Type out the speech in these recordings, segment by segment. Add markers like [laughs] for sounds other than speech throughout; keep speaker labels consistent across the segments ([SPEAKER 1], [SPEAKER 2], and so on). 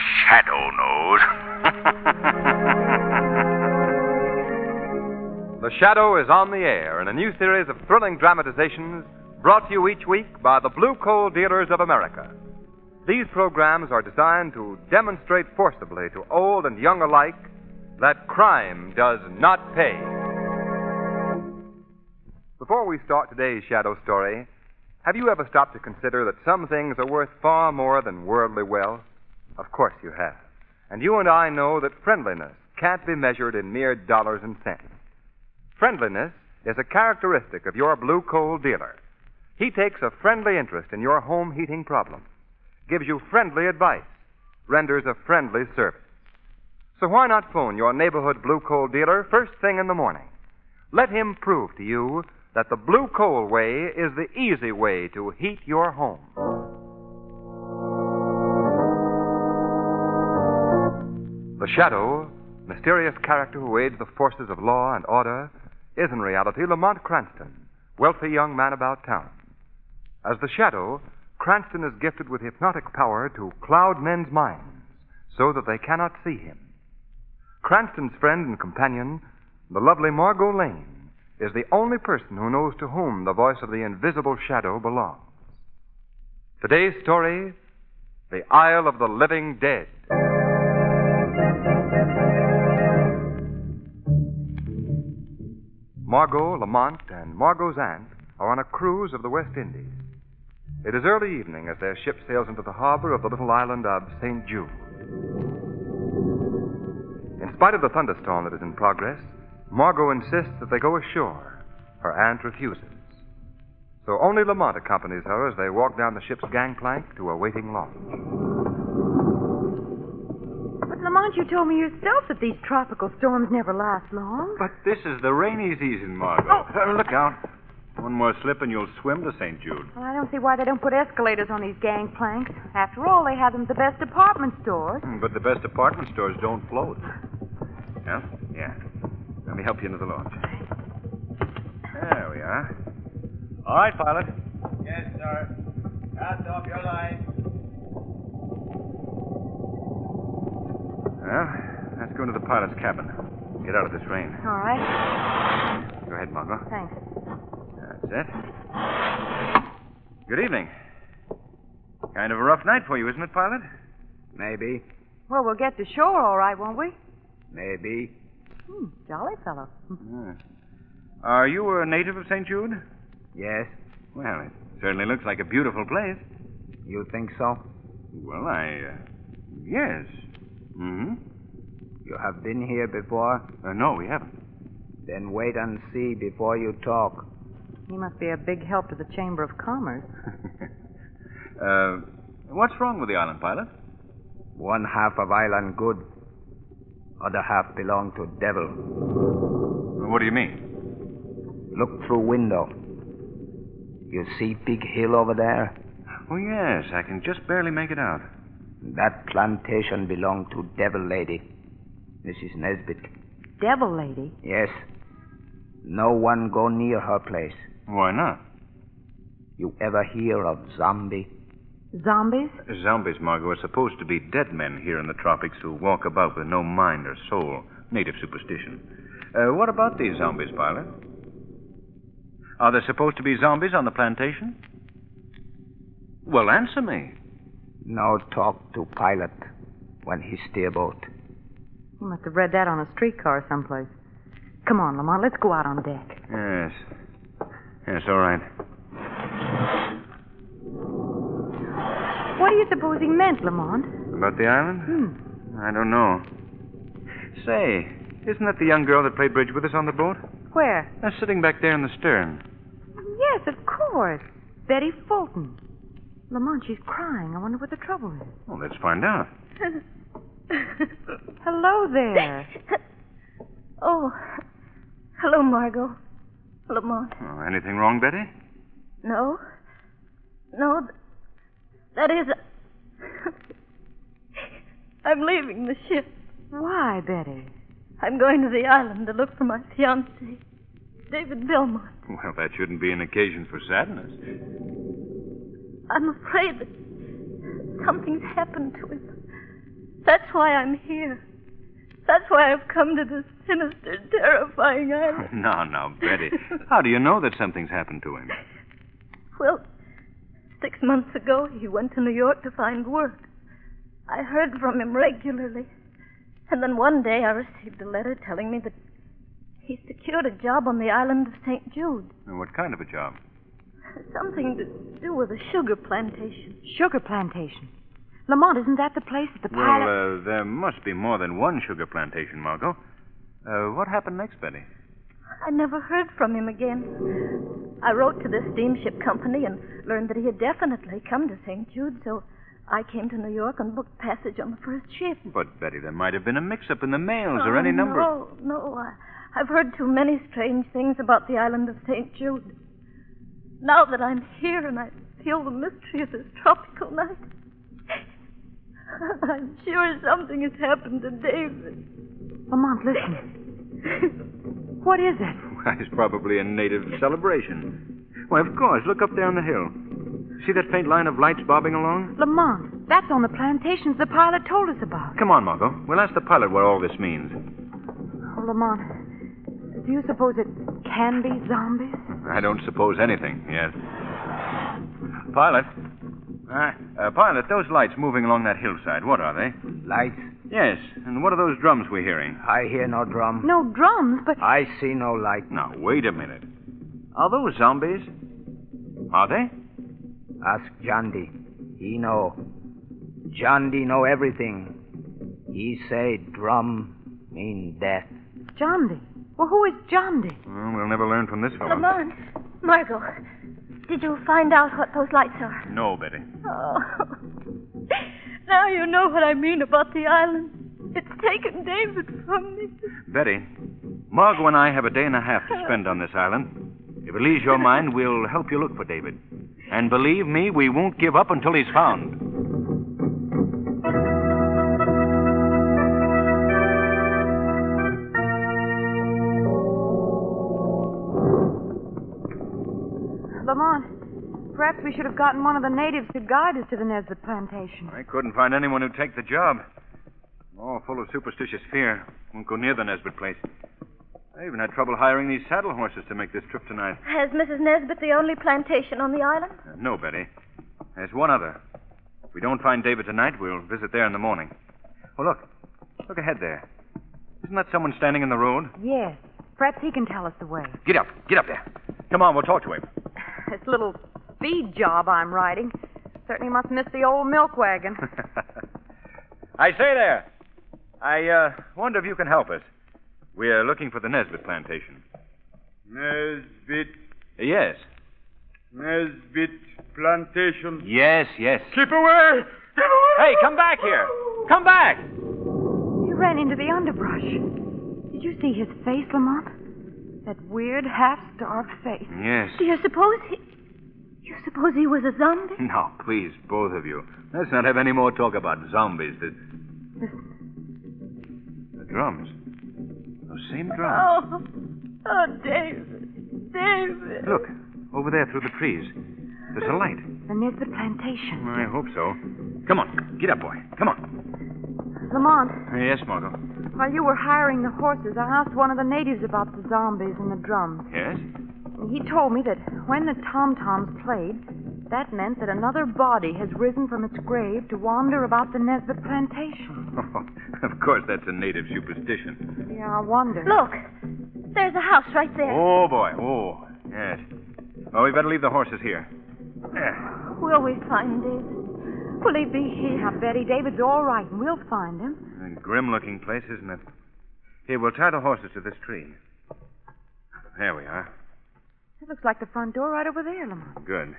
[SPEAKER 1] [laughs] The Shadow is on the air in a new series of thrilling dramatizations brought to you each week by the Blue Coal Dealers of America. These programs are designed to demonstrate forcibly to old and young alike that crime does not pay. Before we start today's Shadow story, have you ever stopped to consider that some things are worth far more than worldly wealth? Of course you have. And you and I know that friendliness can't be measured in mere dollars and cents. Friendliness is a characteristic of your blue coal dealer. He takes a friendly interest in your home heating problem, gives you friendly advice, renders a friendly service. So why not phone your neighborhood blue coal dealer first thing in the morning? Let him prove to you that the blue coal way is the easy way to heat your home. The shadow, mysterious character who aids the forces of law and order, is in reality Lamont Cranston, wealthy young man about town. As the shadow, Cranston is gifted with hypnotic power to cloud men's minds so that they cannot see him. Cranston's friend and companion, the lovely Margot Lane, is the only person who knows to whom the voice of the invisible shadow belongs. Today's story The Isle of the Living Dead. Margot, Lamont, and Margot's aunt are on a cruise of the West Indies. It is early evening as their ship sails into the harbor of the little island of St. Jude. In spite of the thunderstorm that is in progress, Margot insists that they go ashore. Her aunt refuses. So only Lamont accompanies her as they walk down the ship's gangplank to a waiting launch.
[SPEAKER 2] But Lamont, you told me yourself that these tropical storms never last long.
[SPEAKER 3] But this is the rainy season, Margot. Uh, look out. One more slip and you'll swim to St. Jude.
[SPEAKER 2] Well, I don't see why they don't put escalators on these gangplanks. After all, they have them at the best department stores.
[SPEAKER 3] Hmm, But the best department stores don't float. Yeah? Yeah. Let me help you into the launch. There we are. All right, pilot.
[SPEAKER 4] Yes, sir. Cast off your line.
[SPEAKER 3] Well, let's go into the pilot's cabin. Get out of this rain.
[SPEAKER 2] All right,
[SPEAKER 3] Go ahead, Margot.
[SPEAKER 2] thanks.
[SPEAKER 3] That's it. Good evening. Kind of a rough night for you, isn't it, pilot?
[SPEAKER 4] Maybe.
[SPEAKER 2] Well, we'll get to shore all right, won't we?
[SPEAKER 4] Maybe.
[SPEAKER 2] Hmm, jolly fellow.
[SPEAKER 3] Yeah. Are you a native of St. Jude?
[SPEAKER 4] Yes.
[SPEAKER 3] Well, it certainly looks like a beautiful place.
[SPEAKER 4] You think so?
[SPEAKER 3] Well, I. Uh, yes. Mm
[SPEAKER 4] You have been here before?
[SPEAKER 3] hmm. Uh, no, we haven't.
[SPEAKER 4] Then wait and see before you talk.
[SPEAKER 2] He must be a big help to the Chamber of Commerce.
[SPEAKER 3] uh, what's wrong with the island, pilot?
[SPEAKER 4] One half of island good. Other half belong to devil.
[SPEAKER 3] What do you mean?
[SPEAKER 4] Look through window. You see big hill over there?
[SPEAKER 3] Oh, yes, I can just barely make it out.
[SPEAKER 4] That plantation belong to devil lady. Mrs. Nesbit.
[SPEAKER 2] Devil lady.
[SPEAKER 4] Yes. No one go near her place.
[SPEAKER 3] Why not?
[SPEAKER 4] You ever hear of zombie?
[SPEAKER 2] Zombies?
[SPEAKER 3] Zombies, Margot, are supposed to be dead men here in the tropics who walk about with no mind or soul. Native superstition. Uh, what about these zombies, pilot? Are there supposed to be zombies on the plantation? Well, answer me.
[SPEAKER 4] No talk to pilot when he steer boat.
[SPEAKER 2] He must have read that on a streetcar someplace. Come on, Lamont, let's go out on deck.
[SPEAKER 3] Yes. Yes, all right.
[SPEAKER 2] What do you suppose he meant, Lamont? Hmm,
[SPEAKER 3] About the island? I don't know. Say, isn't that the young girl that played bridge with us on the boat?
[SPEAKER 2] Where?
[SPEAKER 3] That's sitting back there in the stern.
[SPEAKER 2] Yes, of course. Betty Fulton. Lamont, she's crying. I wonder what the trouble is.
[SPEAKER 3] Well, let's find out.
[SPEAKER 2] Hello there.
[SPEAKER 5] [laughs] Oh, hello, Margot. Lamont.
[SPEAKER 3] Oh, anything wrong, Betty?
[SPEAKER 5] No. No, th- that is. [laughs] I'm leaving the ship.
[SPEAKER 2] Why, Betty?
[SPEAKER 5] I'm going to the island to look for my fiancé, David Belmont.
[SPEAKER 3] Well, that shouldn't be an occasion for sadness. [laughs]
[SPEAKER 5] I'm afraid that something's happened to him. That's why I'm here. That's why I've come to this sinister, terrifying island.
[SPEAKER 3] Now, now, Betty. How do you know that something's happened to him?
[SPEAKER 5] Well, six months ago, he went to New York to find work. I heard from him regularly. And then one day I received a letter telling me that he secured a job on the island of St. Jude.
[SPEAKER 3] And what kind of a job?
[SPEAKER 5] Something to do with a sugar plantation.
[SPEAKER 2] Sugar plantation. Lamont, isn't that the place that the
[SPEAKER 3] Well,
[SPEAKER 2] pilot.
[SPEAKER 3] uh, there must be more than one sugar plantation, Margot. Uh, what happened next, Betty?
[SPEAKER 5] I never heard from him again. I wrote to the steamship company and learned that he had definitely come to St. Jude, so I came to New York and booked passage on the first ship.
[SPEAKER 3] But, Betty, there might have been a mix-up in the mails or any
[SPEAKER 5] Oh,
[SPEAKER 3] number...
[SPEAKER 5] No, no. I, I've heard too many strange things about the island of St. Jude. Now that I'm here and I feel the mystery of this tropical night, [laughs] I'm sure something has happened to David.
[SPEAKER 2] Lamont, listen. What is it?
[SPEAKER 3] Why, it's probably a native celebration. Why, of course. Look up there on the hill. See that faint line of lights bobbing along?
[SPEAKER 2] Lamont, that's on the plantations the pilot told us about.
[SPEAKER 3] Come on, Margot. We'll ask the pilot what all this means.
[SPEAKER 2] Oh, Lamont, do you suppose it can be zombies?
[SPEAKER 3] I don't suppose anything yet. Pilot. Ah, uh, pilot, those lights moving along that hillside, what are they?
[SPEAKER 4] Lights?
[SPEAKER 3] Yes, and what are those drums we're hearing?
[SPEAKER 4] I hear no drum.
[SPEAKER 2] No Oh, drums, but
[SPEAKER 4] I see no light.
[SPEAKER 3] Now, wait a minute. Are those zombies? Are they?
[SPEAKER 4] Ask Jandy. He know. Jandy know everything. He say drum mean death.
[SPEAKER 2] Johndy. Well, who is Johndy?
[SPEAKER 3] Well, we'll never learn from this fellow.
[SPEAKER 5] Lamont, Margot, did you find out what those lights are?
[SPEAKER 3] No, Betty.
[SPEAKER 5] Oh. now you know what I mean about the island. It's taken David from me.
[SPEAKER 3] Betty, Margot and I have a day and a half to spend on this island. If it leaves your mind, we'll help you look for David. And believe me, we won't give up until he's found.
[SPEAKER 2] Lamont, perhaps we should have gotten one of the natives to guide us to the Nesbitt plantation.
[SPEAKER 3] I couldn't find anyone who'd take the job. All full of superstitious fear. Won't go near the Nesbit place. I even had trouble hiring these saddle horses to make this trip tonight.
[SPEAKER 5] Has Mrs. Nesbit the only plantation on the island?
[SPEAKER 3] Uh, no, Betty. There's one other. If we don't find David tonight, we'll visit there in the morning. Oh, look. Look ahead there. Isn't that someone standing in the road?
[SPEAKER 2] Yes. Perhaps he can tell us the way.
[SPEAKER 3] Get up. Get up there. Come on, we'll talk to him.
[SPEAKER 2] This little speed job I'm riding certainly must miss the old milk wagon.
[SPEAKER 3] I say there. I uh, wonder if you can help us. We're looking for the Nesbit plantation.
[SPEAKER 6] Nesbit,
[SPEAKER 3] Yes.
[SPEAKER 6] Nesbit Plantation.
[SPEAKER 3] Yes, yes.
[SPEAKER 6] Keep away! Keep away!
[SPEAKER 3] Hey, come back here. Come
[SPEAKER 7] [laughs]
[SPEAKER 3] back.
[SPEAKER 2] He ran into the underbrush. Did you see his face, Lamont? That weird, half-starved face.
[SPEAKER 3] Yes. [laughs]
[SPEAKER 5] Do you suppose he. You suppose he was a zombie?
[SPEAKER 3] Now, please, both of you. Let's not have any more talk about zombies. The, the drums. Those same [laughs] drums.
[SPEAKER 5] Oh. Oh, David. David.
[SPEAKER 3] Look, over there through the trees. There's a light.
[SPEAKER 2] The Nesbitt plantation.
[SPEAKER 3] I hope so. Come on. Get up, boy. Come on.
[SPEAKER 2] Lamont,
[SPEAKER 3] Yes, Margot.
[SPEAKER 2] while you were hiring the horses, I asked one of the natives about the zombies and the drums.
[SPEAKER 3] Yes? [laughs]
[SPEAKER 2] He told me that when the tom toms played, that meant that another body has risen from its grave to wander about the Nesbit plantation.
[SPEAKER 3] of course, that's a native superstition.
[SPEAKER 2] Yeah, I wonder.
[SPEAKER 5] Look. There's a house right there.
[SPEAKER 3] Oh, boy. Oh, yes. Well, we better leave the horses here. There.
[SPEAKER 5] Will we find David? Will he be here?
[SPEAKER 2] Now, Betty, David's all right, and we'll find him.
[SPEAKER 3] A grim looking place, isn't it? Here, we'll tie the horses to this tree. There we are.
[SPEAKER 2] It looks like the front door right over there, Lamont.
[SPEAKER 3] Good.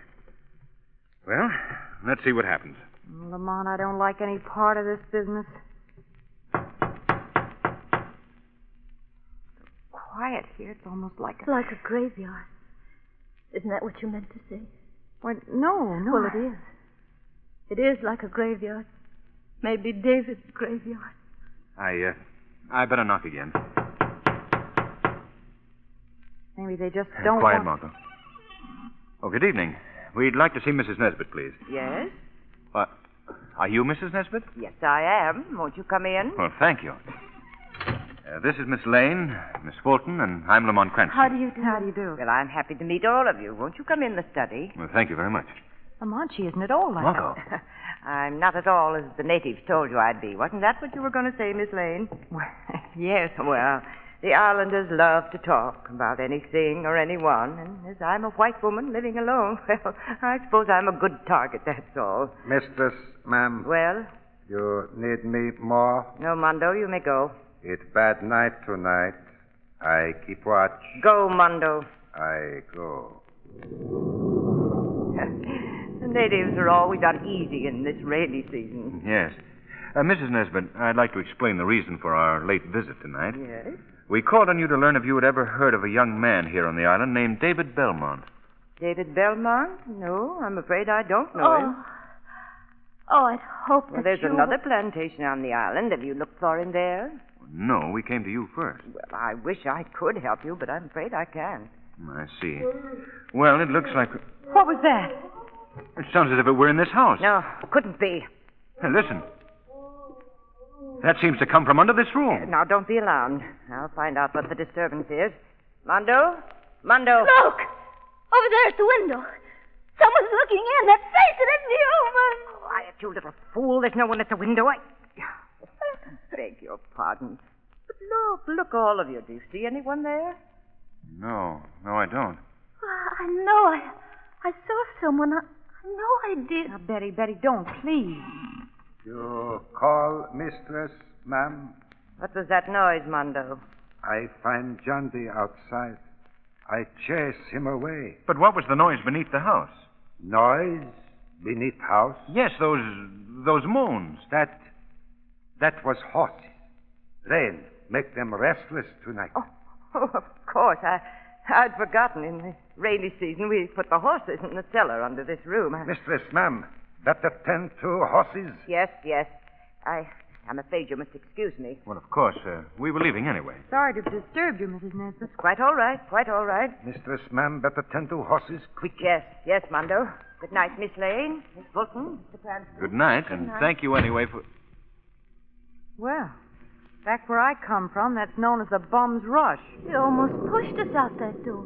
[SPEAKER 3] Well, let's see what happens.
[SPEAKER 2] Oh, Lamont, I don't like any part of this business. Quiet here. It's almost like a.
[SPEAKER 5] Like a graveyard. Isn't that what you meant to say?
[SPEAKER 2] Well, no, no.
[SPEAKER 5] Well, it is. It is like a graveyard. Maybe David's graveyard.
[SPEAKER 3] I, uh, I better knock again.
[SPEAKER 2] Maybe they just don't.
[SPEAKER 3] Quiet,
[SPEAKER 2] want...
[SPEAKER 3] Margot. Oh, good evening. We'd like to see Mrs. Nesbit, please.
[SPEAKER 8] Yes,
[SPEAKER 3] Uh, are you Mrs. Nesbit?
[SPEAKER 8] yes, I am. Won't you come in?
[SPEAKER 3] Well, thank you. Uh, this is Miss Lane, Miss Fulton, and I'm Lamont Cranston.
[SPEAKER 2] How do you do? How do you do?
[SPEAKER 8] Well, I'm happy to meet all of you. Won't you come in the study?
[SPEAKER 3] Well, thank you very much.
[SPEAKER 2] Lamont, she Um, isn't at all like
[SPEAKER 3] Margot.
[SPEAKER 2] [laughs]
[SPEAKER 8] I'm not at all as the natives told you I'd be. Wasn't that what you were going to say, Miss Lane? Well, yes, well, the islanders love to talk about anything or anyone, and as I'm a white woman living alone, [laughs] well, I suppose I'm a good target, that's all.
[SPEAKER 4] Mistress, ma'am,
[SPEAKER 8] Well,
[SPEAKER 4] you need me more?
[SPEAKER 8] no, Mondo, you may go.
[SPEAKER 4] It's bad night tonight. I keep watch.
[SPEAKER 8] Go, Mondo.
[SPEAKER 4] I go.
[SPEAKER 2] [laughs]
[SPEAKER 8] the natives are always uneasy in this rainy season.
[SPEAKER 3] Yes. Uh, Mrs. Nesbit, I'd like to explain the reason for our late visit tonight.
[SPEAKER 8] Yes?
[SPEAKER 3] We called on you to learn if you had ever heard of a young man here on the island named David Belmont.
[SPEAKER 8] David Belmont? No, I'm afraid I don't know him.
[SPEAKER 5] Oh. Oh, I'd hope
[SPEAKER 8] Well,
[SPEAKER 5] that
[SPEAKER 8] there's
[SPEAKER 5] you
[SPEAKER 8] another plantation on the island. Have you looked for him there?
[SPEAKER 3] No, we came to you first.
[SPEAKER 8] Well, I wish I could help you, but I'm afraid I can't.
[SPEAKER 3] I see. Well, it looks like.
[SPEAKER 2] What was that?
[SPEAKER 3] It sounds as if it were in this house.
[SPEAKER 8] No, couldn't be.
[SPEAKER 3] Hey, listen. That seems to come from under this room.
[SPEAKER 8] Now, don't be alarmed. I'll find out what the disturbance is. Mondo? Mondo?
[SPEAKER 5] Look! Over there at the window. Someone's looking in. That face, it isn't human.
[SPEAKER 8] Quiet, you little fool. There's no one at the window. I beg your pardon. But look, look, all of you. Do you see anyone there?
[SPEAKER 3] No, no, I don't.
[SPEAKER 5] Ah, I know. I, I saw someone. I, I know I did.
[SPEAKER 2] Now, Betty, Betty, don't, please.
[SPEAKER 4] You call, mistress, ma'am?
[SPEAKER 8] What was that noise, Mondo?
[SPEAKER 4] I find Jandy outside. I chase him away.
[SPEAKER 3] But what was the noise beneath the house?
[SPEAKER 4] Noise beneath house.
[SPEAKER 3] Yes, those those moans.
[SPEAKER 4] That, that was horses. Rain make them restless tonight.
[SPEAKER 8] Oh, oh, of course. I, I'd forgotten. In the rainy season, we put the horses in the cellar under this room. I-
[SPEAKER 4] Mistress, ma'am, better tend
[SPEAKER 3] Oh,
[SPEAKER 4] to horses.
[SPEAKER 8] Yes, yes. I, I'm afraid you must excuse me.
[SPEAKER 3] Well, of course, uh, we were leaving anyway.
[SPEAKER 2] Sorry to have disturbed you, Mrs. Nesbit.
[SPEAKER 8] Quite all right, quite all right.
[SPEAKER 4] Mistress, ma'am, better tend to horses quick.
[SPEAKER 8] Yes, yes, Mondo. Good night, Miss Lane, Miss Fulton, Mr. Cranston.
[SPEAKER 3] Good night, and thank you anyway for.
[SPEAKER 2] Well, back where I come from, that's known as the Bum's Rush.
[SPEAKER 5] He almost pushed us out that door.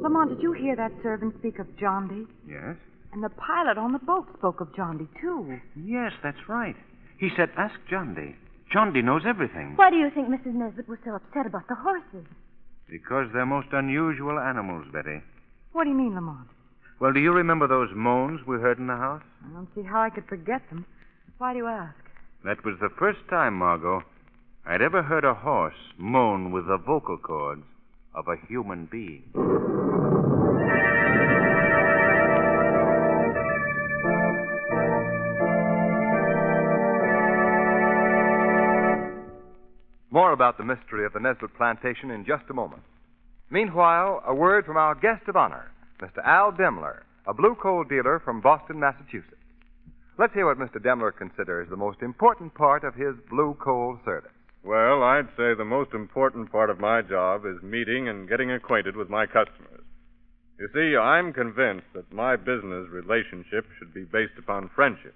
[SPEAKER 2] Lamont, did you hear that servant speak of John D?
[SPEAKER 3] Yes.
[SPEAKER 2] And the pilot on the boat spoke of John D, too.
[SPEAKER 3] Yes, that's right. He said, "Ask Johndy. Johndy knows everything
[SPEAKER 5] Why do you think Mrs. Nesbit was so upset about the horses?
[SPEAKER 3] because they're most unusual animals, Betty."
[SPEAKER 2] What do you mean, Lamont?
[SPEAKER 3] Well, do you remember those moans we heard in the house?
[SPEAKER 2] I don't see how I could forget them. Why do you ask?
[SPEAKER 3] That was the first time, Margot, I'd ever heard a horse moan with the vocal cords of a human being.
[SPEAKER 1] More about the mystery of the Nesbit plantation in just a moment. Meanwhile, a word from our guest of honor, Mr. Al Demler, a blue coal dealer from Boston, Massachusetts. Let's hear what Mr. Demler considers the most important part of his blue coal service.
[SPEAKER 6] Well, I'd say the most important part of my job is meeting and getting acquainted with my customers. You see, I'm convinced that my business relationship should be based upon friendship,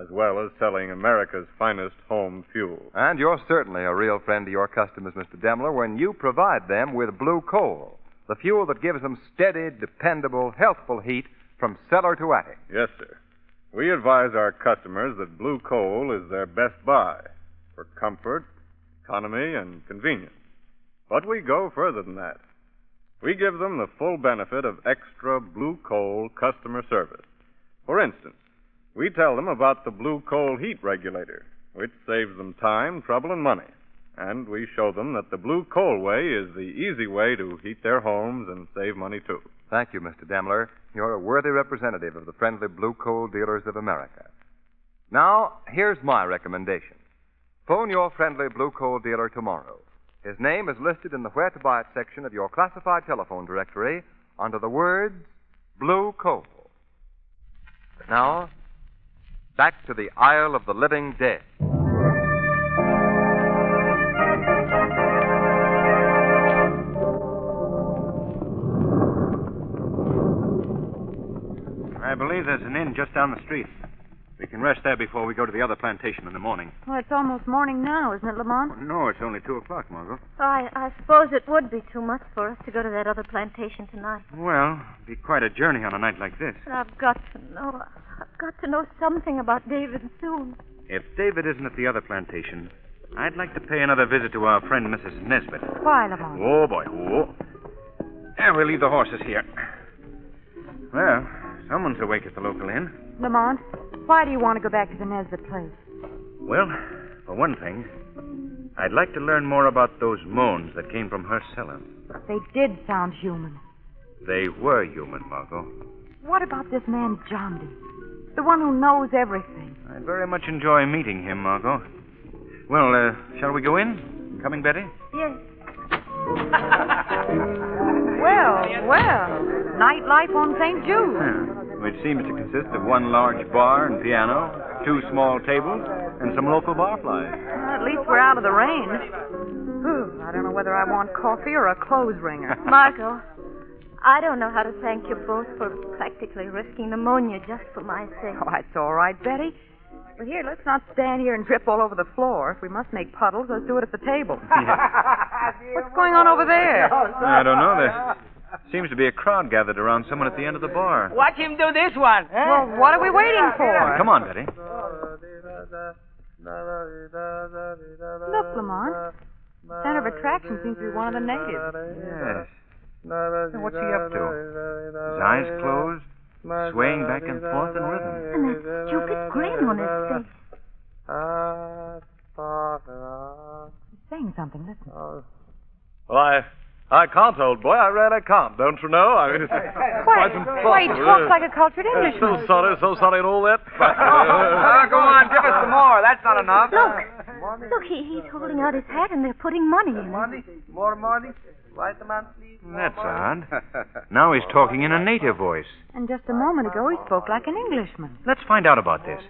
[SPEAKER 6] as well as selling America's finest home fuel.
[SPEAKER 1] And you're certainly a real friend to your customers, Mr. Demler, when you provide them with blue coal, the fuel that gives them steady, dependable, healthful heat from cellar to attic.
[SPEAKER 6] Yes, sir. We advise our customers that blue coal is their best buy for comfort, economy, and convenience. But we go further than that. We give them the full benefit of extra blue coal customer service. For instance, we tell them about the blue coal heat regulator, which saves them time, trouble, and money. And we show them that the blue coal way is the easy way to heat their homes and save money, too.
[SPEAKER 1] Thank you, Mr. Demler. You're a worthy representative of the friendly blue coal dealers of America. Now, here's my recommendation. Phone your friendly blue coal dealer tomorrow. His name is listed in the Where to Buy It section of your classified telephone directory under the words Blue Coal. Now, back to the Isle of the Living Dead.
[SPEAKER 3] I believe there's an inn just down the street. We can rest there before we go to the other plantation in the morning.
[SPEAKER 2] Well, it's almost morning now, isn't it, Lamont?
[SPEAKER 3] Oh, No, it's only 2 o'clock, Margot.
[SPEAKER 5] Oh, I, I suppose it would be too much for us to go to that other plantation tonight.
[SPEAKER 3] Well, it'd be quite a journey on a night like this.
[SPEAKER 5] But I've got to know. I've got to know something about David soon.
[SPEAKER 3] If David isn't at the other plantation, I'd like to pay another visit to our friend Mrs. Nesbit.
[SPEAKER 2] Why, Lamont?
[SPEAKER 3] Oh, boy. Oh. Yeah, we'll leave the horses here. Well, someone's awake at the local inn.
[SPEAKER 2] Lamont, why do you want to go back to the Nesbit place?
[SPEAKER 3] Well, for one thing, I'd like to learn more about those moans that came from her cellar.
[SPEAKER 2] They did sound human.
[SPEAKER 3] They were human, Margot.
[SPEAKER 2] What about this man, Jondi? The one who knows everything.
[SPEAKER 3] I very much enjoy meeting him, Margot. Well, uh, shall we go in? Coming, Betty?
[SPEAKER 5] Yes.
[SPEAKER 2] Well, well. Nightlife on St. Jude.
[SPEAKER 3] Yeah. Which seems to consist of one large bar and piano, two small tables, and some local barflies.
[SPEAKER 2] Well, at least we're out of the rain. Whew, I don't know whether I want coffee or a clothes
[SPEAKER 3] [laughs]
[SPEAKER 2] wringer.
[SPEAKER 5] Margot, I don't know how to thank you both for practically risking pneumonia just for my sake.
[SPEAKER 2] Oh, that's all right, Betty. But here, let's not stand here and drip all over the floor. If we must make puddles, let's do it at the
[SPEAKER 3] [laughs]
[SPEAKER 2] table. [laughs] What's going on over there?
[SPEAKER 3] I don't know.
[SPEAKER 7] Uh,
[SPEAKER 3] There seems to be a crowd gathered around someone at the end of the bar.
[SPEAKER 7] Watch him do this one. Huh?
[SPEAKER 2] Well, what are we waiting for?
[SPEAKER 3] Come on, Betty.
[SPEAKER 2] Look, Lamont. Center of attraction seems to be one of the natives.
[SPEAKER 3] Yes. Now, what's he up to? His eyes closed, swaying back and forth in rhythm.
[SPEAKER 5] And that stupid grin on his face.
[SPEAKER 2] He's saying something. Listen.
[SPEAKER 6] Well, I, I can't, old boy. I really can't. Don't you know? I mean, it's
[SPEAKER 2] Why,
[SPEAKER 6] quite impossible.
[SPEAKER 2] why he talks like a cultured Englishman.
[SPEAKER 6] So sorry, so sorry, and all that.
[SPEAKER 7] Ah, go on, give us some more. That's not enough.
[SPEAKER 5] Look. Look, he, he's holding out his hat and they're putting money in it.
[SPEAKER 7] More money? Right amount, please.
[SPEAKER 3] That's odd. Now he's talking in a native voice.
[SPEAKER 2] And just a moment ago, he spoke like an Englishman.
[SPEAKER 3] Let's find out about this.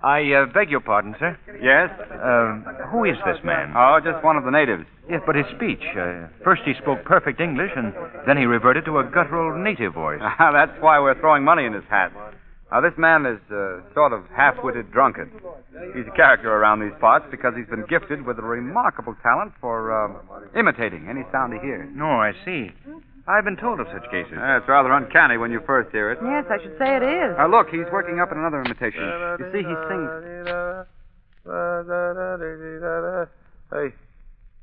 [SPEAKER 3] I uh, beg your pardon, sir.
[SPEAKER 9] Yes?
[SPEAKER 3] Um, who is this man?
[SPEAKER 9] Oh, just one of the natives.
[SPEAKER 3] Yes, but his speech. Uh, first he spoke perfect English, and then he reverted to a guttural native voice.
[SPEAKER 9] Ah, That's why we're throwing money in his hat. Now, this man is a sort of half-witted drunkard. He's a character around these parts because he's been gifted with a remarkable talent for uh, imitating any sound he hears.
[SPEAKER 3] No, I see. I've been told of such cases.
[SPEAKER 9] Yeah, it's rather uncanny when you first hear it.
[SPEAKER 2] Yes, I should say it is.
[SPEAKER 9] Now, look, he's working up in another imitation. You see, he
[SPEAKER 3] uh,
[SPEAKER 9] sings.
[SPEAKER 6] Hey.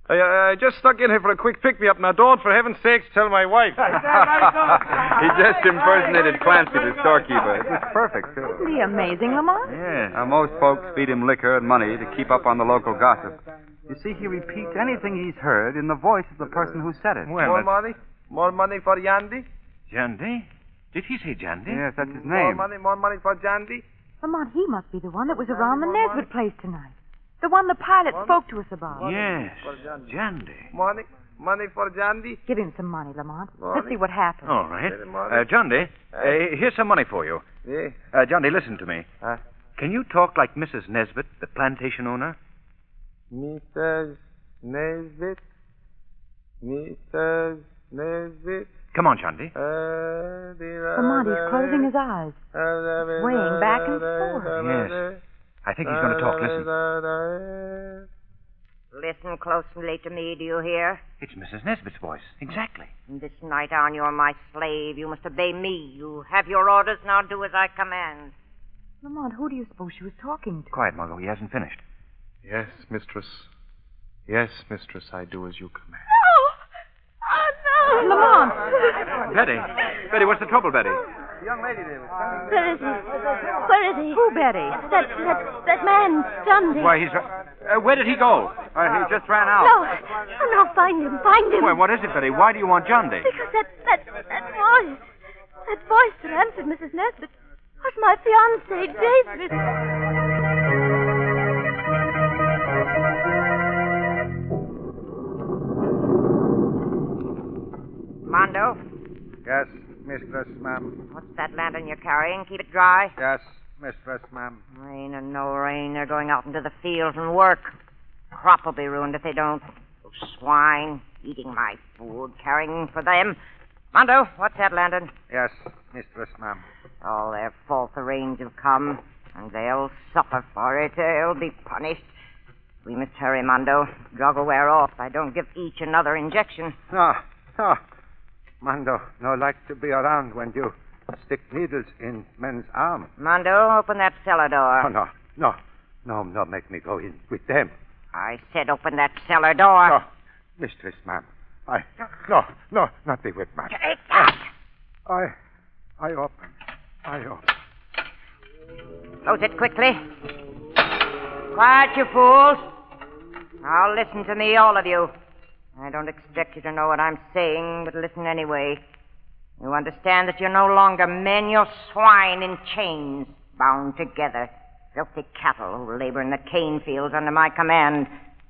[SPEAKER 6] Hey, I, I just stuck in here for a quick pick me up. Now, don't, for heaven's sakes, tell my
[SPEAKER 9] [laughs]
[SPEAKER 6] wife.
[SPEAKER 9] he just impersonated Clancy, the storekeeper. It was perfect, too.
[SPEAKER 2] Isn't he amazing, Lamont?
[SPEAKER 3] Yes.
[SPEAKER 9] Now, most folks feed him liquor and money to keep up on the local gossip. You see, he repeats anything he's heard in the voice of the person who said
[SPEAKER 6] Uh,
[SPEAKER 9] it.
[SPEAKER 3] well, that's...
[SPEAKER 7] money? More money for Yandy?
[SPEAKER 3] Jandy? Did he say Jandy?
[SPEAKER 9] Yes, that's his name.
[SPEAKER 7] more money for Jandy?
[SPEAKER 2] Lamont, he must be the one that was around the Nesbit place tonight. The one the pilot spoke to us about.
[SPEAKER 3] Yes, Jandy.
[SPEAKER 7] Money? Money for Jandy?
[SPEAKER 2] Give him some money, Lamont. Let's see what happens.
[SPEAKER 3] All right. Uh, Jandy, uh, here's some money for you.
[SPEAKER 7] Yeah.
[SPEAKER 3] Uh, Jandy, listen to me.
[SPEAKER 7] Huh?
[SPEAKER 3] Can you talk like Mrs. Nesbit, the plantation owner?
[SPEAKER 7] Mrs. Nesbit? Mrs. Nesbit? Uh,
[SPEAKER 3] Come on, Jandy.
[SPEAKER 7] Lamont,
[SPEAKER 2] Lamont, he's closing his eyes.
[SPEAKER 7] swaying
[SPEAKER 2] back and forth.
[SPEAKER 3] Yes. I think he's going to talk. Listen.
[SPEAKER 8] Listen closely to me, do you hear?
[SPEAKER 3] It's Mrs. Nesbit's voice. Exactly.
[SPEAKER 8] This night on you're my slave. You must obey me. You have your orders, now do as I command.
[SPEAKER 2] Lamont, who do you suppose she was talking to?
[SPEAKER 3] Quiet, Margot. He hasn't finished.
[SPEAKER 10] Yes, mistress. Yes, mistress, I do as you command.
[SPEAKER 2] Lamont!
[SPEAKER 3] Betty. Betty, what's the trouble, Betty?
[SPEAKER 5] Where is he? Where is he?
[SPEAKER 2] Who, Betty?
[SPEAKER 5] That, that, that man, Dundee.
[SPEAKER 3] Why, he's. Uh, where did he go?
[SPEAKER 9] Uh, he just ran out.
[SPEAKER 5] No, oh, no, find him, find him.
[SPEAKER 3] Why, what is it, Betty? Why do you want Jandy?
[SPEAKER 5] Because that, that, that voice, that voice that answered Mrs. Nesbit was my fiancé, David.
[SPEAKER 8] Mondo,
[SPEAKER 7] Yes, mistress, ma'am.
[SPEAKER 8] what's that lantern you're carrying? Keep it dry.
[SPEAKER 7] Yes, mistress, ma'am.
[SPEAKER 8] Rain or no rain, they're going out into the fields and work. Crop will be ruined if they don't. Those swine, eating my food, carrying for them. Mondo, what's that lantern?
[SPEAKER 7] Yes, mistress, ma'am.
[SPEAKER 8] All their false arrange have come. And they'll suffer for it. They'll be punished. We must hurry, Mondo. Drug will wear off. I don't give each another injection.
[SPEAKER 11] No,
[SPEAKER 7] Ah,
[SPEAKER 11] no. Mondo no like to be around when you stick needles in men's arms.
[SPEAKER 8] Mondo, open that cellar door.
[SPEAKER 11] Oh, No, no, no. No, no, make me go in with them.
[SPEAKER 8] I said open that cellar door.
[SPEAKER 11] No, mistress, ma'am. I, no, no, not the whip, ma'am. Ah,
[SPEAKER 8] Take that.
[SPEAKER 11] I, I open. I open.
[SPEAKER 8] Close it quickly. Quiet, you fools. Now listen to me, all of you. I don't expect you to know what I'm saying, but listen anyway. You understand that you're no longer men, you're swine in chains, bound together. Filthy cattle who labor in the cane fields under my command.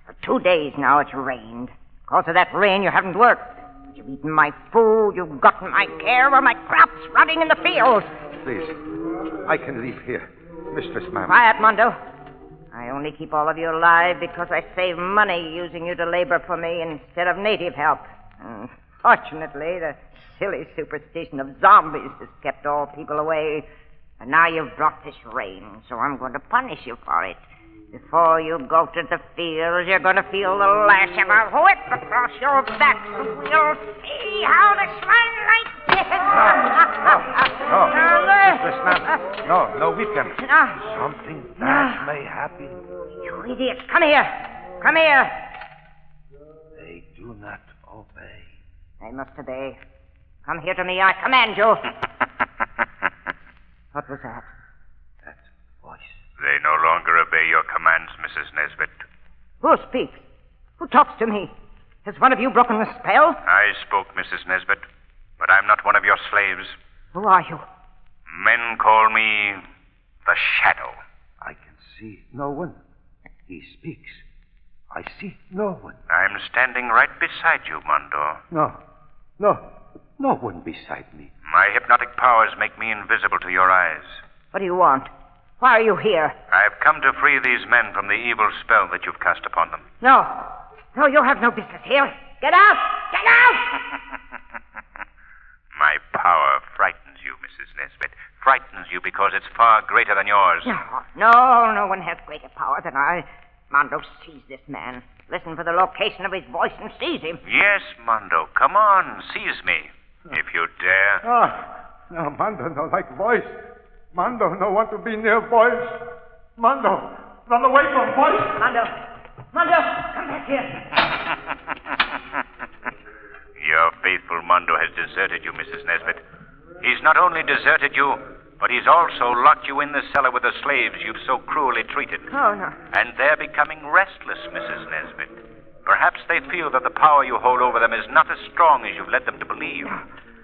[SPEAKER 8] For two days now it's rained. Because of that rain, you haven't worked. But You've eaten my food, you've gotten my care, or my crops rotting in the fields.
[SPEAKER 11] Please, I can leave here. Mistress, ma'am.
[SPEAKER 8] Quiet, Mondo. I only keep all of you alive because I save money using you to labor for me instead of native help.
[SPEAKER 7] Mm.
[SPEAKER 8] And fortunately, the silly superstition of zombies has kept all people away. And now you've brought this rain, so I'm going to punish you for it. Before you go to the fields, you're going to feel the lash of a whip across your backs. We'll see how the swine like this.
[SPEAKER 11] No,
[SPEAKER 8] Now, there.
[SPEAKER 11] mistress, ma'am. No, no, we can.
[SPEAKER 8] Now,
[SPEAKER 11] Something bad may happen.
[SPEAKER 8] You idiots, [laughs] come here. Come here.
[SPEAKER 11] They do not obey.
[SPEAKER 8] They must obey. Come here to me. I
[SPEAKER 11] [laughs]
[SPEAKER 8] command you. what was that?
[SPEAKER 3] They no longer obey your commands, Mrs. Nesbit.
[SPEAKER 8] Who speaks? Who talks to me? Has one of you broken the spell?
[SPEAKER 3] I spoke, Mrs. Nesbit, but I'm not one of your slaves.
[SPEAKER 8] Who are you?
[SPEAKER 3] Men call me the Shadow.
[SPEAKER 11] I can see no one. He speaks. I see no one.
[SPEAKER 3] I'm standing right beside you, Mondo.
[SPEAKER 11] No, no, no one beside me.
[SPEAKER 3] My hypnotic powers make me invisible to your eyes.
[SPEAKER 8] What do you want? Why are you here?
[SPEAKER 3] I've come to free these men from the evil spell that you've cast upon them. [laughs]
[SPEAKER 8] No. No, you have no business here. Get out! [laughs] Get out!
[SPEAKER 3] My power frightens you, Mrs. Nesbit. Frightens you because it's far greater than yours.
[SPEAKER 8] No, no, no one has greater power than I. Mondo, seize this man. Listen for the location of his voice and seize him.
[SPEAKER 3] Yes, Mondo. Come on, seize me. If you dare.
[SPEAKER 8] Oh.
[SPEAKER 11] Ah, no, Mondo no like voice. Mondo no want to be near voice. Mondo, run away from voice.
[SPEAKER 8] Mondo! Mondo! Come back here!
[SPEAKER 11] [laughs]
[SPEAKER 3] Your faithful Mondo has deserted you, Mrs. Nesbit. He's not only deserted you, but he's also locked you in the cellar with the slaves you've so cruelly treated.
[SPEAKER 8] Oh, no.
[SPEAKER 3] And they're becoming restless, Mrs. Nesbit. Perhaps they feel that the power you hold over them is not as strong as you've led them to believe.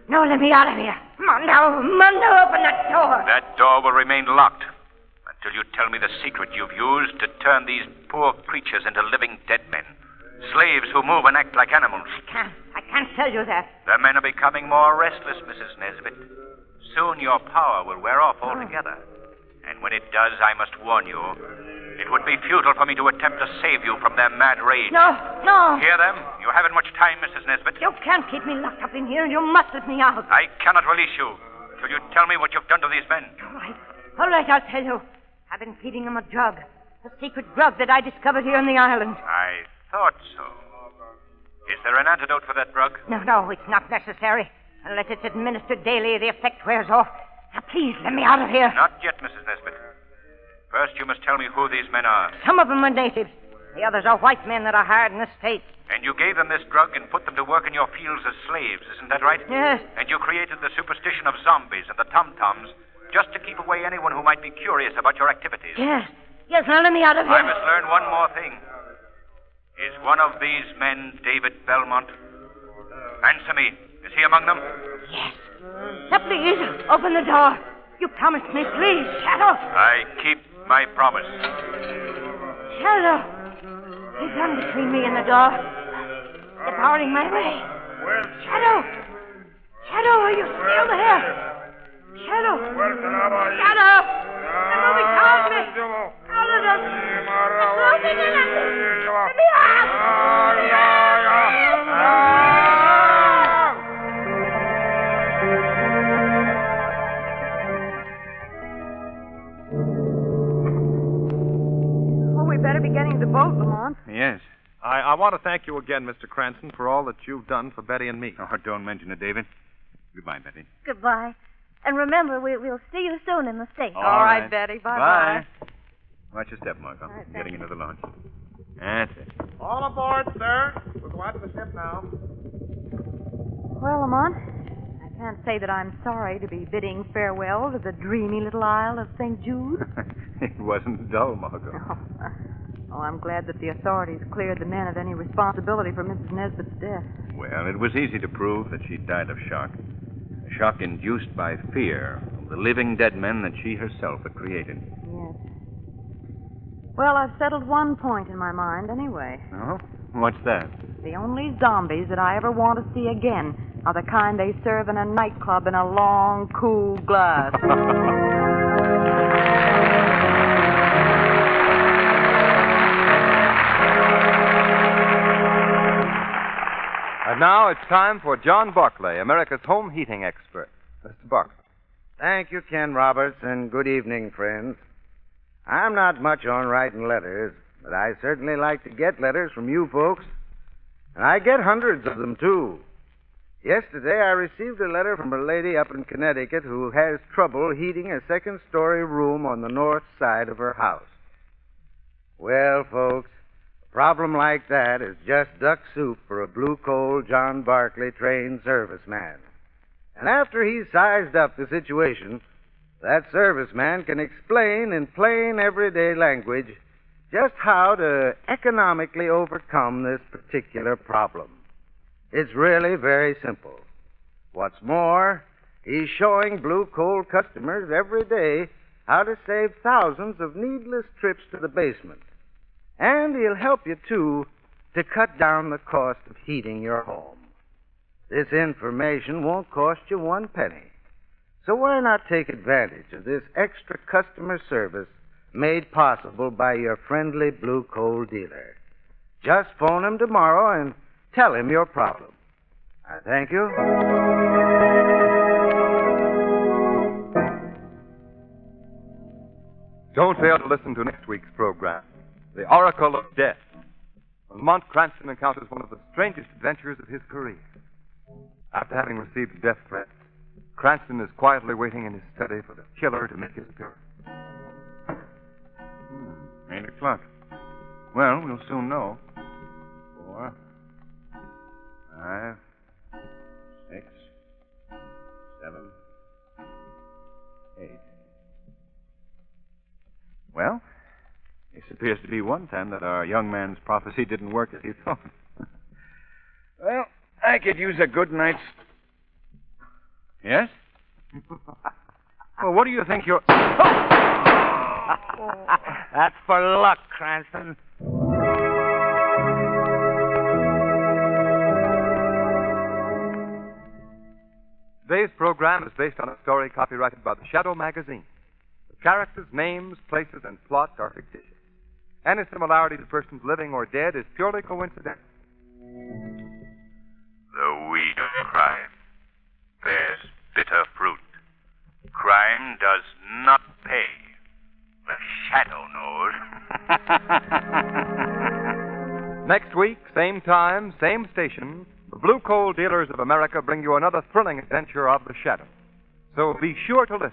[SPEAKER 8] No, let me out of here. Mondo, Mondo, open that door.
[SPEAKER 3] That door will remain locked until you tell me the secret you've used to turn these poor creatures into living dead men. Slaves who move and act like animals.
[SPEAKER 8] Can't, I can't tell you that.
[SPEAKER 3] The men are becoming more restless, Mrs. Nesbit. Soon your power will wear off
[SPEAKER 8] Oh.
[SPEAKER 3] altogether. And when it does, I must warn you. It would be futile for me to attempt to save you from their mad rage.
[SPEAKER 8] No, no.
[SPEAKER 3] Hear them? You haven't much time, Mrs. Nesbit.
[SPEAKER 8] You can't keep me locked up in here, and you must let me out.
[SPEAKER 3] I cannot release you till you tell me what you've done to these men.
[SPEAKER 8] All right, all right, I'll tell you. I've been feeding them a drug, a secret drug that I discovered here on the island.
[SPEAKER 3] I thought so. Is there an antidote for that drug?
[SPEAKER 8] No, no, it's not necessary. Unless it's administered daily, the effect wears off. Now, please, let me out of here.
[SPEAKER 3] Not yet, Mrs. Nesbit. First, you must tell me who these men are.
[SPEAKER 8] Some of them are natives. The others are white men that are hired in the States.
[SPEAKER 3] And you gave them this drug and put them to work in your fields as slaves, isn't that right?
[SPEAKER 8] Yes.
[SPEAKER 3] And you created the superstition of zombies and the tom-toms just to keep away anyone who might be curious about your activities.
[SPEAKER 8] Yes, yes, now let me out of here.
[SPEAKER 3] I must learn one more thing. Is one of these men David Belmont? Answer me. Is he among them?
[SPEAKER 8] Now, please, open the door. You promised me, please, Shadow.
[SPEAKER 3] I keep my promise.
[SPEAKER 8] Shadow. He's run between me and the door, devouring my way. Shadow. Shadow, are you still there? Shadow. Shadow. The movie calls me. Out of the... They're closing in on me. Let me out.
[SPEAKER 2] Oh,
[SPEAKER 10] want to thank you again, Mr. Cranston, for all that you've done for Betty and me.
[SPEAKER 3] Oh, don't mention it, David. Goodbye, Betty.
[SPEAKER 5] Goodbye. And remember, we, we'll see you soon in the States.
[SPEAKER 3] All All right, right.
[SPEAKER 5] Betty.
[SPEAKER 3] Bye. Watch your step, Marco.
[SPEAKER 5] right, thank
[SPEAKER 3] Getting into the launch. That's it.
[SPEAKER 11] All aboard, sir. We'll go out to the ship now.
[SPEAKER 2] Well, Lamont, I can't say that I'm sorry to be bidding farewell to the dreamy little isle of St. Jude.
[SPEAKER 3] [laughs] It wasn't dull, Margot.
[SPEAKER 2] Oh, I'm glad that the authorities cleared the men of any responsibility for Mrs. Nesbit's death.
[SPEAKER 3] Well, it was easy to prove that she died of shock. A shock induced by fear of the living dead men that she herself had created.
[SPEAKER 2] Yes. Well, I've settled one point in my mind anyway.
[SPEAKER 3] Oh? What's that?
[SPEAKER 2] The only zombies that I ever want to see again are the kind they serve in a nightclub in a long, cool glass. [laughs]
[SPEAKER 1] And now it's time for John Barclay, America's home heating expert. Mr. Barclay.
[SPEAKER 12] Thank you, Ken Roberts, and good evening, friends. I'm not much on writing letters, but I certainly like to get letters from you folks. And I get hundreds of them, too. Yesterday, I received a letter from a lady up in Connecticut who has trouble heating a second story room on the north side of her house. Well, folks, a problem like that is just duck soup for a blue coal John Barclay trained serviceman. And after he's sized up the situation, that serviceman can explain in plain everyday language just how to economically overcome this particular problem. It's really very simple. What's more, he's showing blue coal customers every day how to save thousands of needless trips to the basement. And he'll help you, too, to cut down the cost of heating your home. This information won't cost you one penny. So why not take advantage of this extra customer service made possible by your friendly blue coal dealer? Just phone him tomorrow and tell him your problem. I thank you.
[SPEAKER 1] Don't fail to listen to next week's program, The Oracle of Death. when Lamont Cranston encounters one of the strangest adventures of his career. After having received a death threat, Cranston is quietly waiting in his study for the killer to make his appearance. Hmm,
[SPEAKER 3] Eight o'clock. Well, we'll soon know. Four, five, six, seven, eight. Well, this appears to be one time that our young man's prophecy didn't work as he [laughs] thought. well, I could use a good night's. Yes? well, what do you think you're. [laughs]
[SPEAKER 13] That's for luck, Cranston.
[SPEAKER 1] Today's program is based on a story copyrighted by the Shadow Magazine. The characters, names, places, and plots are fictitious. Any similarity to persons living or dead is purely coincidental.
[SPEAKER 14] The weed of crime. Bears bitter fruit. Crime does not pay. The shadow knows. [laughs]
[SPEAKER 1] Next week, same time, same station, the Blue Coal Dealers of America bring you another thrilling adventure of the shadow. So be sure to listen.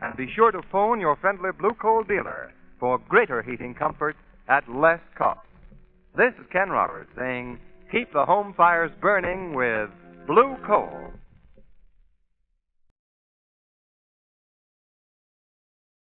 [SPEAKER 1] And be sure to phone your friendly Blue Coal dealer for greater heating comfort at less cost. This is Ken Roberts saying, keep the home fires burning with Blue Coal.